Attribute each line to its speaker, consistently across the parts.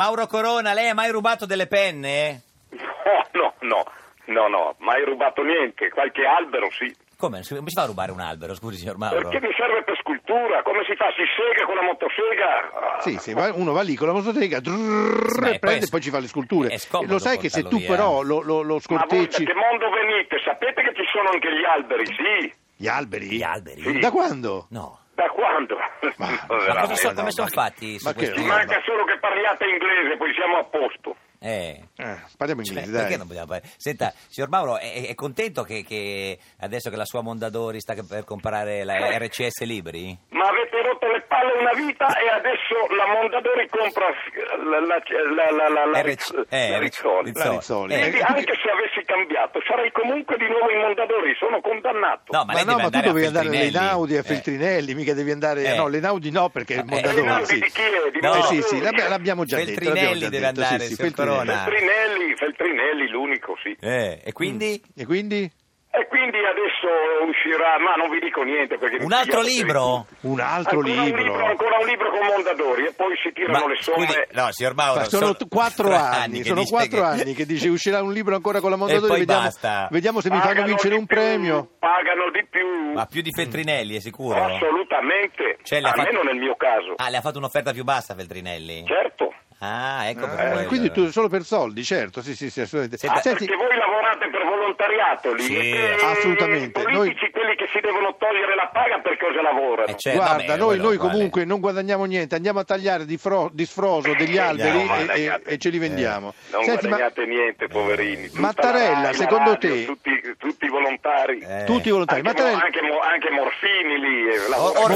Speaker 1: Mauro Corona, lei ha mai rubato delle penne?
Speaker 2: No, no, no, no, no, mai rubato niente, qualche albero sì.
Speaker 1: Come? Come si fa a rubare un albero, scusi signor Mauro?
Speaker 2: Perché mi serve per scultura, come si fa? Si sega con la motosega? Ah,
Speaker 3: Sì, sì, va- uno va lì con la motosega, drrrr,
Speaker 1: ma è-
Speaker 3: e prende
Speaker 1: poi è-
Speaker 3: e poi ci fa le sculture.
Speaker 1: è scomodo
Speaker 3: E lo sai che se tu
Speaker 1: portarlo via.
Speaker 3: però lo, lo, lo
Speaker 2: Ma voi da
Speaker 3: scortecci...
Speaker 2: che mondo venite? Sapete che ci sono anche gli alberi, sì?
Speaker 3: Gli alberi?
Speaker 1: Gli alberi?
Speaker 2: Sì.
Speaker 3: Da quando?
Speaker 1: No.
Speaker 2: Da quando?
Speaker 3: Ma- ma
Speaker 1: Ma
Speaker 2: Veramente.
Speaker 1: cosa so-
Speaker 3: no,
Speaker 1: come
Speaker 3: ma
Speaker 1: sono
Speaker 3: che-
Speaker 1: fatti su
Speaker 3: ma che-
Speaker 1: questo?
Speaker 2: Ci manca solo che parliate inglese, poi siamo a posto.
Speaker 1: Eh.
Speaker 3: Eh, parliamo
Speaker 1: Cioè,
Speaker 3: inglese, dai.
Speaker 1: perché non vogliamo parlare? Senta, signor Mauro, è, è contento che, che adesso che la sua Mondadori sta per comprare la RCS Libri?
Speaker 2: Ma avete rotto le palle una vita e adesso la Mondadori compra eh, la, la, la, la, la, la,
Speaker 1: RC
Speaker 2: la
Speaker 1: eh,
Speaker 2: Rizzoli.
Speaker 3: La Rizzoli.
Speaker 1: Eh,
Speaker 2: Quindi
Speaker 3: Eh,
Speaker 2: anche se avessi cambiato sarei comunque di nuovo in Mondadori, sono condannato.
Speaker 1: No, ma, lei
Speaker 3: no,
Speaker 1: deve
Speaker 3: ma tu
Speaker 1: andare a
Speaker 3: dovevi andare alle
Speaker 1: Feltrinelli.
Speaker 3: Einaudi, a
Speaker 1: Eh.
Speaker 3: Feltrinelli, mica devi andare...
Speaker 1: Eh.
Speaker 3: No, le Einaudi no, perché
Speaker 1: Eh,
Speaker 3: il
Speaker 2: Le
Speaker 3: Mondadori...
Speaker 1: Einaudi
Speaker 2: Rinaldi
Speaker 3: Sì.
Speaker 2: di chi è? Di
Speaker 1: No.
Speaker 3: Eh,
Speaker 2: Mondadori?
Speaker 3: sì, sì, l'abbia- l'abbiamo già detto.
Speaker 1: Feltrinelli
Speaker 3: l'abbiamo già
Speaker 1: deve
Speaker 3: detto,
Speaker 1: andare,
Speaker 3: sì, sì,
Speaker 1: signor
Speaker 3: Feltrinelli.
Speaker 1: Corona.
Speaker 2: Feltrinelli, Feltrinelli l'unico, sì.
Speaker 1: Eh, e quindi?
Speaker 3: E quindi?
Speaker 2: E quindi adesso uscirà, ma non vi dico niente perché...
Speaker 3: Mm.
Speaker 1: Un altro libro?
Speaker 3: Un altro
Speaker 2: ancora Un libro, ancora un libro con Mondadori e poi si tirano le somme.
Speaker 1: scusi, no, signor Mauro,
Speaker 3: Ma sono t- quattro anni,
Speaker 1: che
Speaker 3: sono
Speaker 1: dice
Speaker 3: quattro
Speaker 1: che-
Speaker 3: anni che dice uscirà un libro ancora con la
Speaker 1: E
Speaker 3: Mondadori,
Speaker 1: poi
Speaker 3: vediamo,
Speaker 1: basta.
Speaker 3: vediamo se mi
Speaker 2: Pagano
Speaker 3: fanno vincere
Speaker 2: di
Speaker 3: un
Speaker 2: più,
Speaker 3: premio.
Speaker 2: Pagano di più.
Speaker 1: Ma più di Feltrinelli, è sicuro?
Speaker 2: Assolutamente.
Speaker 1: Cioè, le ha fatto-
Speaker 2: Almeno nel mio caso.
Speaker 1: Ah, le ha fatto un'offerta più bassa Feltrinelli?
Speaker 2: Certo.
Speaker 1: Ah, ecco per
Speaker 3: Eh,
Speaker 1: quello.
Speaker 3: quindi tu solo per soldi, certo, sì, sì, sì, assolutamente.
Speaker 1: Senta-
Speaker 2: Ah,
Speaker 3: Senti,
Speaker 2: perché voi lavorate per volontariato lì
Speaker 1: Sì,
Speaker 2: e
Speaker 3: assolutamente.
Speaker 2: i politici quelli che si devono togliere la paga per cosa lavorano
Speaker 1: Eh, certo.
Speaker 3: guarda,
Speaker 1: vabbè,
Speaker 3: noi,
Speaker 1: quello
Speaker 3: noi
Speaker 1: quale-
Speaker 3: comunque non guadagnamo niente, andiamo a tagliare di, fro- di sfroso degli
Speaker 2: No,
Speaker 3: alberi
Speaker 2: ma
Speaker 3: e- e,
Speaker 2: guadagnate.
Speaker 3: e ce li vendiamo.
Speaker 2: Eh, non
Speaker 3: Senti, ma
Speaker 2: guadagnate niente poverini Tutta
Speaker 3: Mattarella,
Speaker 2: la radio,
Speaker 3: secondo
Speaker 2: la radio,
Speaker 3: te-
Speaker 2: tutti, tutti i volontari
Speaker 1: Eh.
Speaker 3: tutti i volontari,
Speaker 2: anche,
Speaker 3: Mattarella-
Speaker 2: Mo- anche Mo- anche Morfini lì eh,
Speaker 1: O-
Speaker 2: lavorano.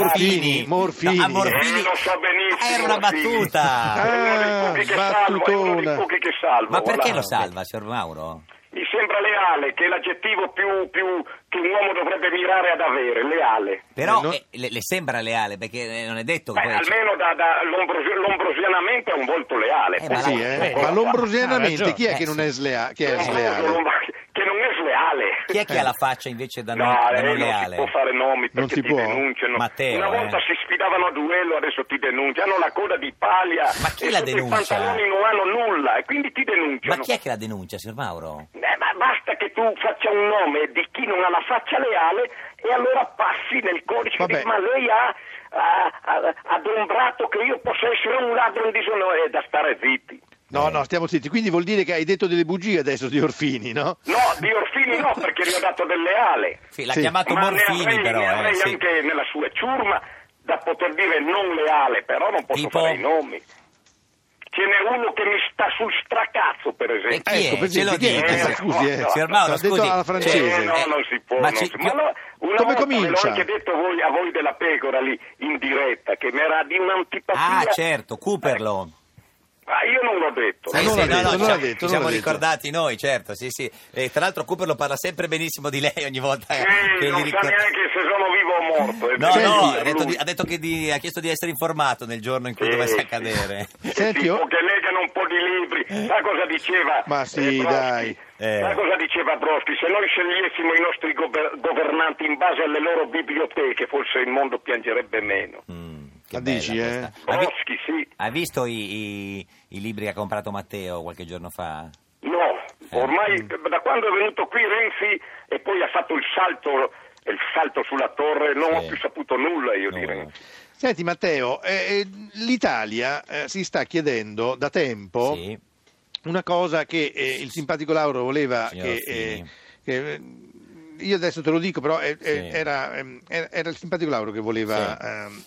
Speaker 1: Orfini.
Speaker 3: Morfini, Morfini.
Speaker 1: No, a Morfini.
Speaker 2: Eh, lo so benissimo,
Speaker 1: Ah, era una
Speaker 2: Orfini. Eh,
Speaker 1: battuta.
Speaker 2: È uno dei
Speaker 3: Ah,
Speaker 2: pochi che salvo, è uno dei
Speaker 3: sbattutona.
Speaker 2: pochi che salvo
Speaker 1: Ma perché
Speaker 2: voilà.
Speaker 1: lo salva, signor Mauro?
Speaker 2: mi sembra leale che è l'aggettivo più, più che un uomo dovrebbe mirare ad avere leale
Speaker 1: Però
Speaker 3: Eh, no-
Speaker 1: eh, le, le sembra leale, perché eh, non è detto che
Speaker 2: Beh,
Speaker 1: poi...
Speaker 2: almeno da, da l'ombrosi- l'ombrosianamente è un volto leale.
Speaker 1: Eh,
Speaker 3: Eh sì, eh, ma
Speaker 4: Ha ragione.
Speaker 3: l'ombrosianamente chi è che non
Speaker 1: Eh,
Speaker 3: è,
Speaker 1: sì.
Speaker 3: slea- che è
Speaker 2: L'ombroso
Speaker 3: sleale?
Speaker 2: non- Che non è sleale.
Speaker 1: Chi è che ha la faccia invece da non,
Speaker 2: Eh. No,
Speaker 1: da
Speaker 2: eh,
Speaker 1: non
Speaker 2: non
Speaker 1: leale?
Speaker 2: si può fare nomi perché
Speaker 3: Non
Speaker 2: ti
Speaker 3: si può?
Speaker 2: denunciano.
Speaker 1: Matteo,
Speaker 2: Una volta
Speaker 1: eh.
Speaker 2: si sfidavano a duello, adesso ti denunciano. Hanno la coda di paglia.
Speaker 1: Ma chi
Speaker 2: e
Speaker 1: la
Speaker 2: sotto
Speaker 1: denuncia?
Speaker 2: I pantaloni non hanno nulla e quindi ti
Speaker 1: Ma
Speaker 2: denunciano.
Speaker 1: chi è che la denuncia, signor Mauro?
Speaker 2: Eh, ma basta che tu faccia un nome di chi non ha la faccia leale e allora passi nel codice
Speaker 3: Vabbè.
Speaker 2: di ma lei ha, ha, ha- ha adombrato che io possa essere un ladro in disonore. È da stare zitti.
Speaker 3: No, no, stiamo zitti. Quindi vuol dire che hai detto delle bugie adesso di Orfini, no?
Speaker 2: No, di Orfini no, perché gli ho dato del leale.
Speaker 1: Sì, l'ha
Speaker 3: Sì.
Speaker 1: chiamato
Speaker 2: Ma ne
Speaker 1: Morfini
Speaker 2: avrei,
Speaker 1: Ah, però,
Speaker 2: ne
Speaker 1: eh,
Speaker 2: avrei
Speaker 1: sì.
Speaker 2: anche nella sua ciurma da poter dire non leale, però non posso
Speaker 1: Tipo?
Speaker 2: fare i nomi. Ce n'è uno che mi sta sul stracazzo, per
Speaker 1: E
Speaker 2: esempio.
Speaker 1: chi è?
Speaker 3: Ah, ecco, per
Speaker 1: Ce lo
Speaker 3: esempio, chi è?
Speaker 1: dica.
Speaker 2: Eh,
Speaker 3: scusi, eh.
Speaker 2: no, no.
Speaker 1: Signor Mauro,
Speaker 3: L'ha detto
Speaker 1: scusi.
Speaker 3: alla francese.
Speaker 2: Eh, no, non si può.
Speaker 1: Ma
Speaker 2: non
Speaker 1: ci-
Speaker 2: si- ma allora, una
Speaker 3: Come
Speaker 2: volta ve l'ho
Speaker 3: comincia?
Speaker 2: anche detto voi- a voi della pecora lì, in diretta, che mi era di un'antipatia.
Speaker 1: Ah, certo, Cooperlo.
Speaker 2: Ma io non l'ho detto.
Speaker 3: Sì, non l'ha detto, non
Speaker 1: ci-
Speaker 3: l'ha detto,
Speaker 1: ci
Speaker 3: non
Speaker 1: cioè, siamo
Speaker 3: l'ha detto.
Speaker 1: ricordati noi, certo, sì, sì. E tra l'altro Cooperlo parla sempre benissimo di lei ogni volta
Speaker 2: Sì,
Speaker 1: che
Speaker 2: Eh, non
Speaker 1: gli
Speaker 2: sa
Speaker 1: ricorda-
Speaker 2: neanche se sono vivo o morto. eh. è
Speaker 1: eh, No,
Speaker 2: vero,
Speaker 1: no,
Speaker 2: lui.
Speaker 1: ha detto, di- ha detto che di- ha chiesto di essere informato nel giorno in cui
Speaker 2: Sì,
Speaker 1: dovesse
Speaker 2: sì.
Speaker 1: accadere.
Speaker 3: Senti,
Speaker 2: tipo
Speaker 3: oh-
Speaker 2: che legano un po' di libri, sa cosa diceva?
Speaker 3: Ma sì,
Speaker 2: Brodsky?
Speaker 3: dai.
Speaker 1: Eh.
Speaker 2: Sa cosa diceva Broski? Se noi scegliessimo i nostri gover- governanti in base alle loro biblioteche, forse il mondo piangerebbe meno.
Speaker 1: Mm, che
Speaker 3: La
Speaker 1: bella
Speaker 3: dici, eh?
Speaker 1: questa. Ha, vi-
Speaker 2: Broski, sì.
Speaker 1: ha visto i, i- i libri che ha comprato Matteo qualche giorno fa?
Speaker 2: No,
Speaker 1: Eh.
Speaker 2: ormai da quando è venuto qui Renzi e poi ha fatto il salto, il salto sulla torre, non
Speaker 1: Sì.
Speaker 2: ho più saputo nulla io di
Speaker 1: No.
Speaker 2: Renzi.
Speaker 3: Senti Matteo, eh, eh, l'Italia eh, si sta chiedendo da tempo
Speaker 1: Sì.
Speaker 3: una cosa che eh, il simpatico Lauro voleva
Speaker 1: Signor
Speaker 3: che...
Speaker 1: Orfini.
Speaker 3: che, eh, io adesso te lo dico, però eh, eh,
Speaker 1: Sì.
Speaker 3: era, ehm, era- era il simpatico Lauro che voleva...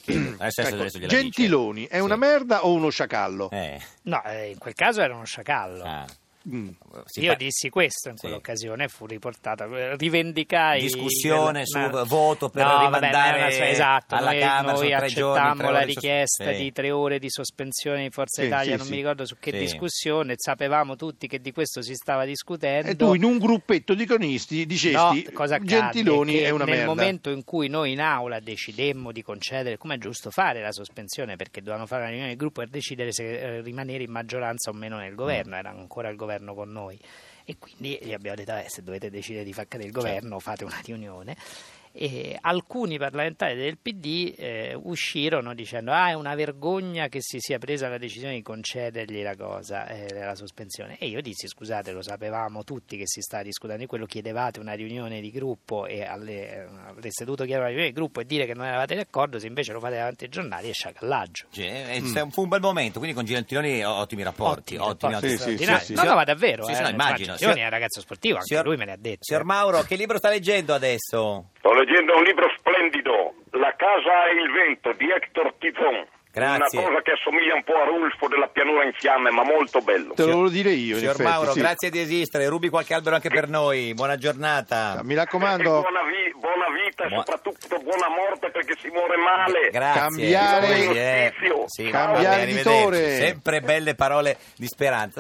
Speaker 1: Sì.
Speaker 3: ehm,
Speaker 1: Sì, adesso- adesso gliela dice.
Speaker 3: Gentiloni, è
Speaker 1: Sì.
Speaker 3: una merda o uno sciacallo?
Speaker 1: Eh,
Speaker 4: No, eh, in quel caso era uno sciacallo.
Speaker 1: ah.
Speaker 3: Mm.
Speaker 1: Si
Speaker 4: Io
Speaker 1: fa-
Speaker 4: dissi questo in
Speaker 1: Sì.
Speaker 4: quell'occasione, e fu riportata, eh, rivendicai...
Speaker 1: Discussione su
Speaker 4: quella-
Speaker 1: voto per
Speaker 4: No, vabbè,
Speaker 1: rimandare
Speaker 4: non è una- esatto,
Speaker 1: alla
Speaker 4: noi,
Speaker 1: Camera,
Speaker 4: noi
Speaker 1: sono tre giorni,
Speaker 4: accettammo
Speaker 1: tre ore
Speaker 4: la
Speaker 1: di sos-
Speaker 4: richiesta
Speaker 1: sì.
Speaker 4: di tre ore di sospensione di Forza
Speaker 3: Sì,
Speaker 4: Italia,
Speaker 3: sì,
Speaker 4: non
Speaker 3: sì.
Speaker 4: mi ricordo su che
Speaker 1: Sì.
Speaker 4: discussione, sapevamo tutti che di questo si stava discutendo.
Speaker 3: E tu in un gruppetto di cronisti
Speaker 4: No,
Speaker 3: dicesti
Speaker 4: cosa accadde?
Speaker 3: Gentiloni
Speaker 4: Che
Speaker 3: è una
Speaker 4: nel
Speaker 3: merda.
Speaker 4: momento in cui noi in aula decidemmo di concedere, come è giusto fare la sospensione, perché dovevamo fare una riunione di gruppo per decidere se eh, rimanere in maggioranza o meno nel governo,
Speaker 3: Mm.
Speaker 4: era ancora il governo con
Speaker 3: Certo.
Speaker 4: noi. E quindi gli abbiamo detto, "Eh, se dovete decidere di far cadere il governo, fate una riunione. E alcuni parlamentari del PD eh, uscirono dicendo ah è una vergogna che si sia presa la decisione di concedergli la cosa, eh, la sospensione. E io dissi scusate lo sapevamo tutti che si stava discutendo di quello, chiedevate una riunione di gruppo e alle, eh, avreste dovuto chiedere una riunione di gruppo e dire che non eravate d'accordo, se invece lo fate davanti ai giornali è sciacallaggio.
Speaker 1: Cioè,
Speaker 3: Mm.
Speaker 1: eh, sta- Fu un bel momento, quindi con Gentiloni ottimi rapporti.
Speaker 4: Ottimi rapporti,
Speaker 3: ottimi. Sì, sì,
Speaker 4: straordinari.
Speaker 3: sì,
Speaker 4: No,
Speaker 3: sì.
Speaker 4: no, ma davvero.
Speaker 1: Sì,
Speaker 4: eh,
Speaker 1: sì, no, immagino.
Speaker 4: Giorgio
Speaker 1: Signor-
Speaker 4: è un ragazzo sportivo, anche
Speaker 1: Signor-
Speaker 4: lui me ne ha detto. eh.
Speaker 1: Signor Mauro, che libro sta leggendo adesso?
Speaker 2: Sto leggendo un libro splendido, La casa e il vento di Hector Tifon.
Speaker 1: Grazie.
Speaker 2: Una cosa che assomiglia un po' a Rulfo della pianura in fiamme, ma molto bello.
Speaker 3: Te lo volevo dire io, in
Speaker 1: Signor
Speaker 3: effetti,
Speaker 1: Mauro,
Speaker 3: sì.
Speaker 1: grazie di esistere, rubi qualche albero anche per noi. Buona giornata.
Speaker 3: Mi
Speaker 2: E
Speaker 3: raccomando,
Speaker 2: buona, vi- buona vita e
Speaker 1: Buo-
Speaker 2: soprattutto buona morte perché si muore male.
Speaker 1: Grazie.
Speaker 3: Cambiare-
Speaker 1: Sì, eh. Sì, va bene,
Speaker 3: Cambiare
Speaker 1: arrivederci.
Speaker 3: editore.
Speaker 1: Sempre belle parole di speranza.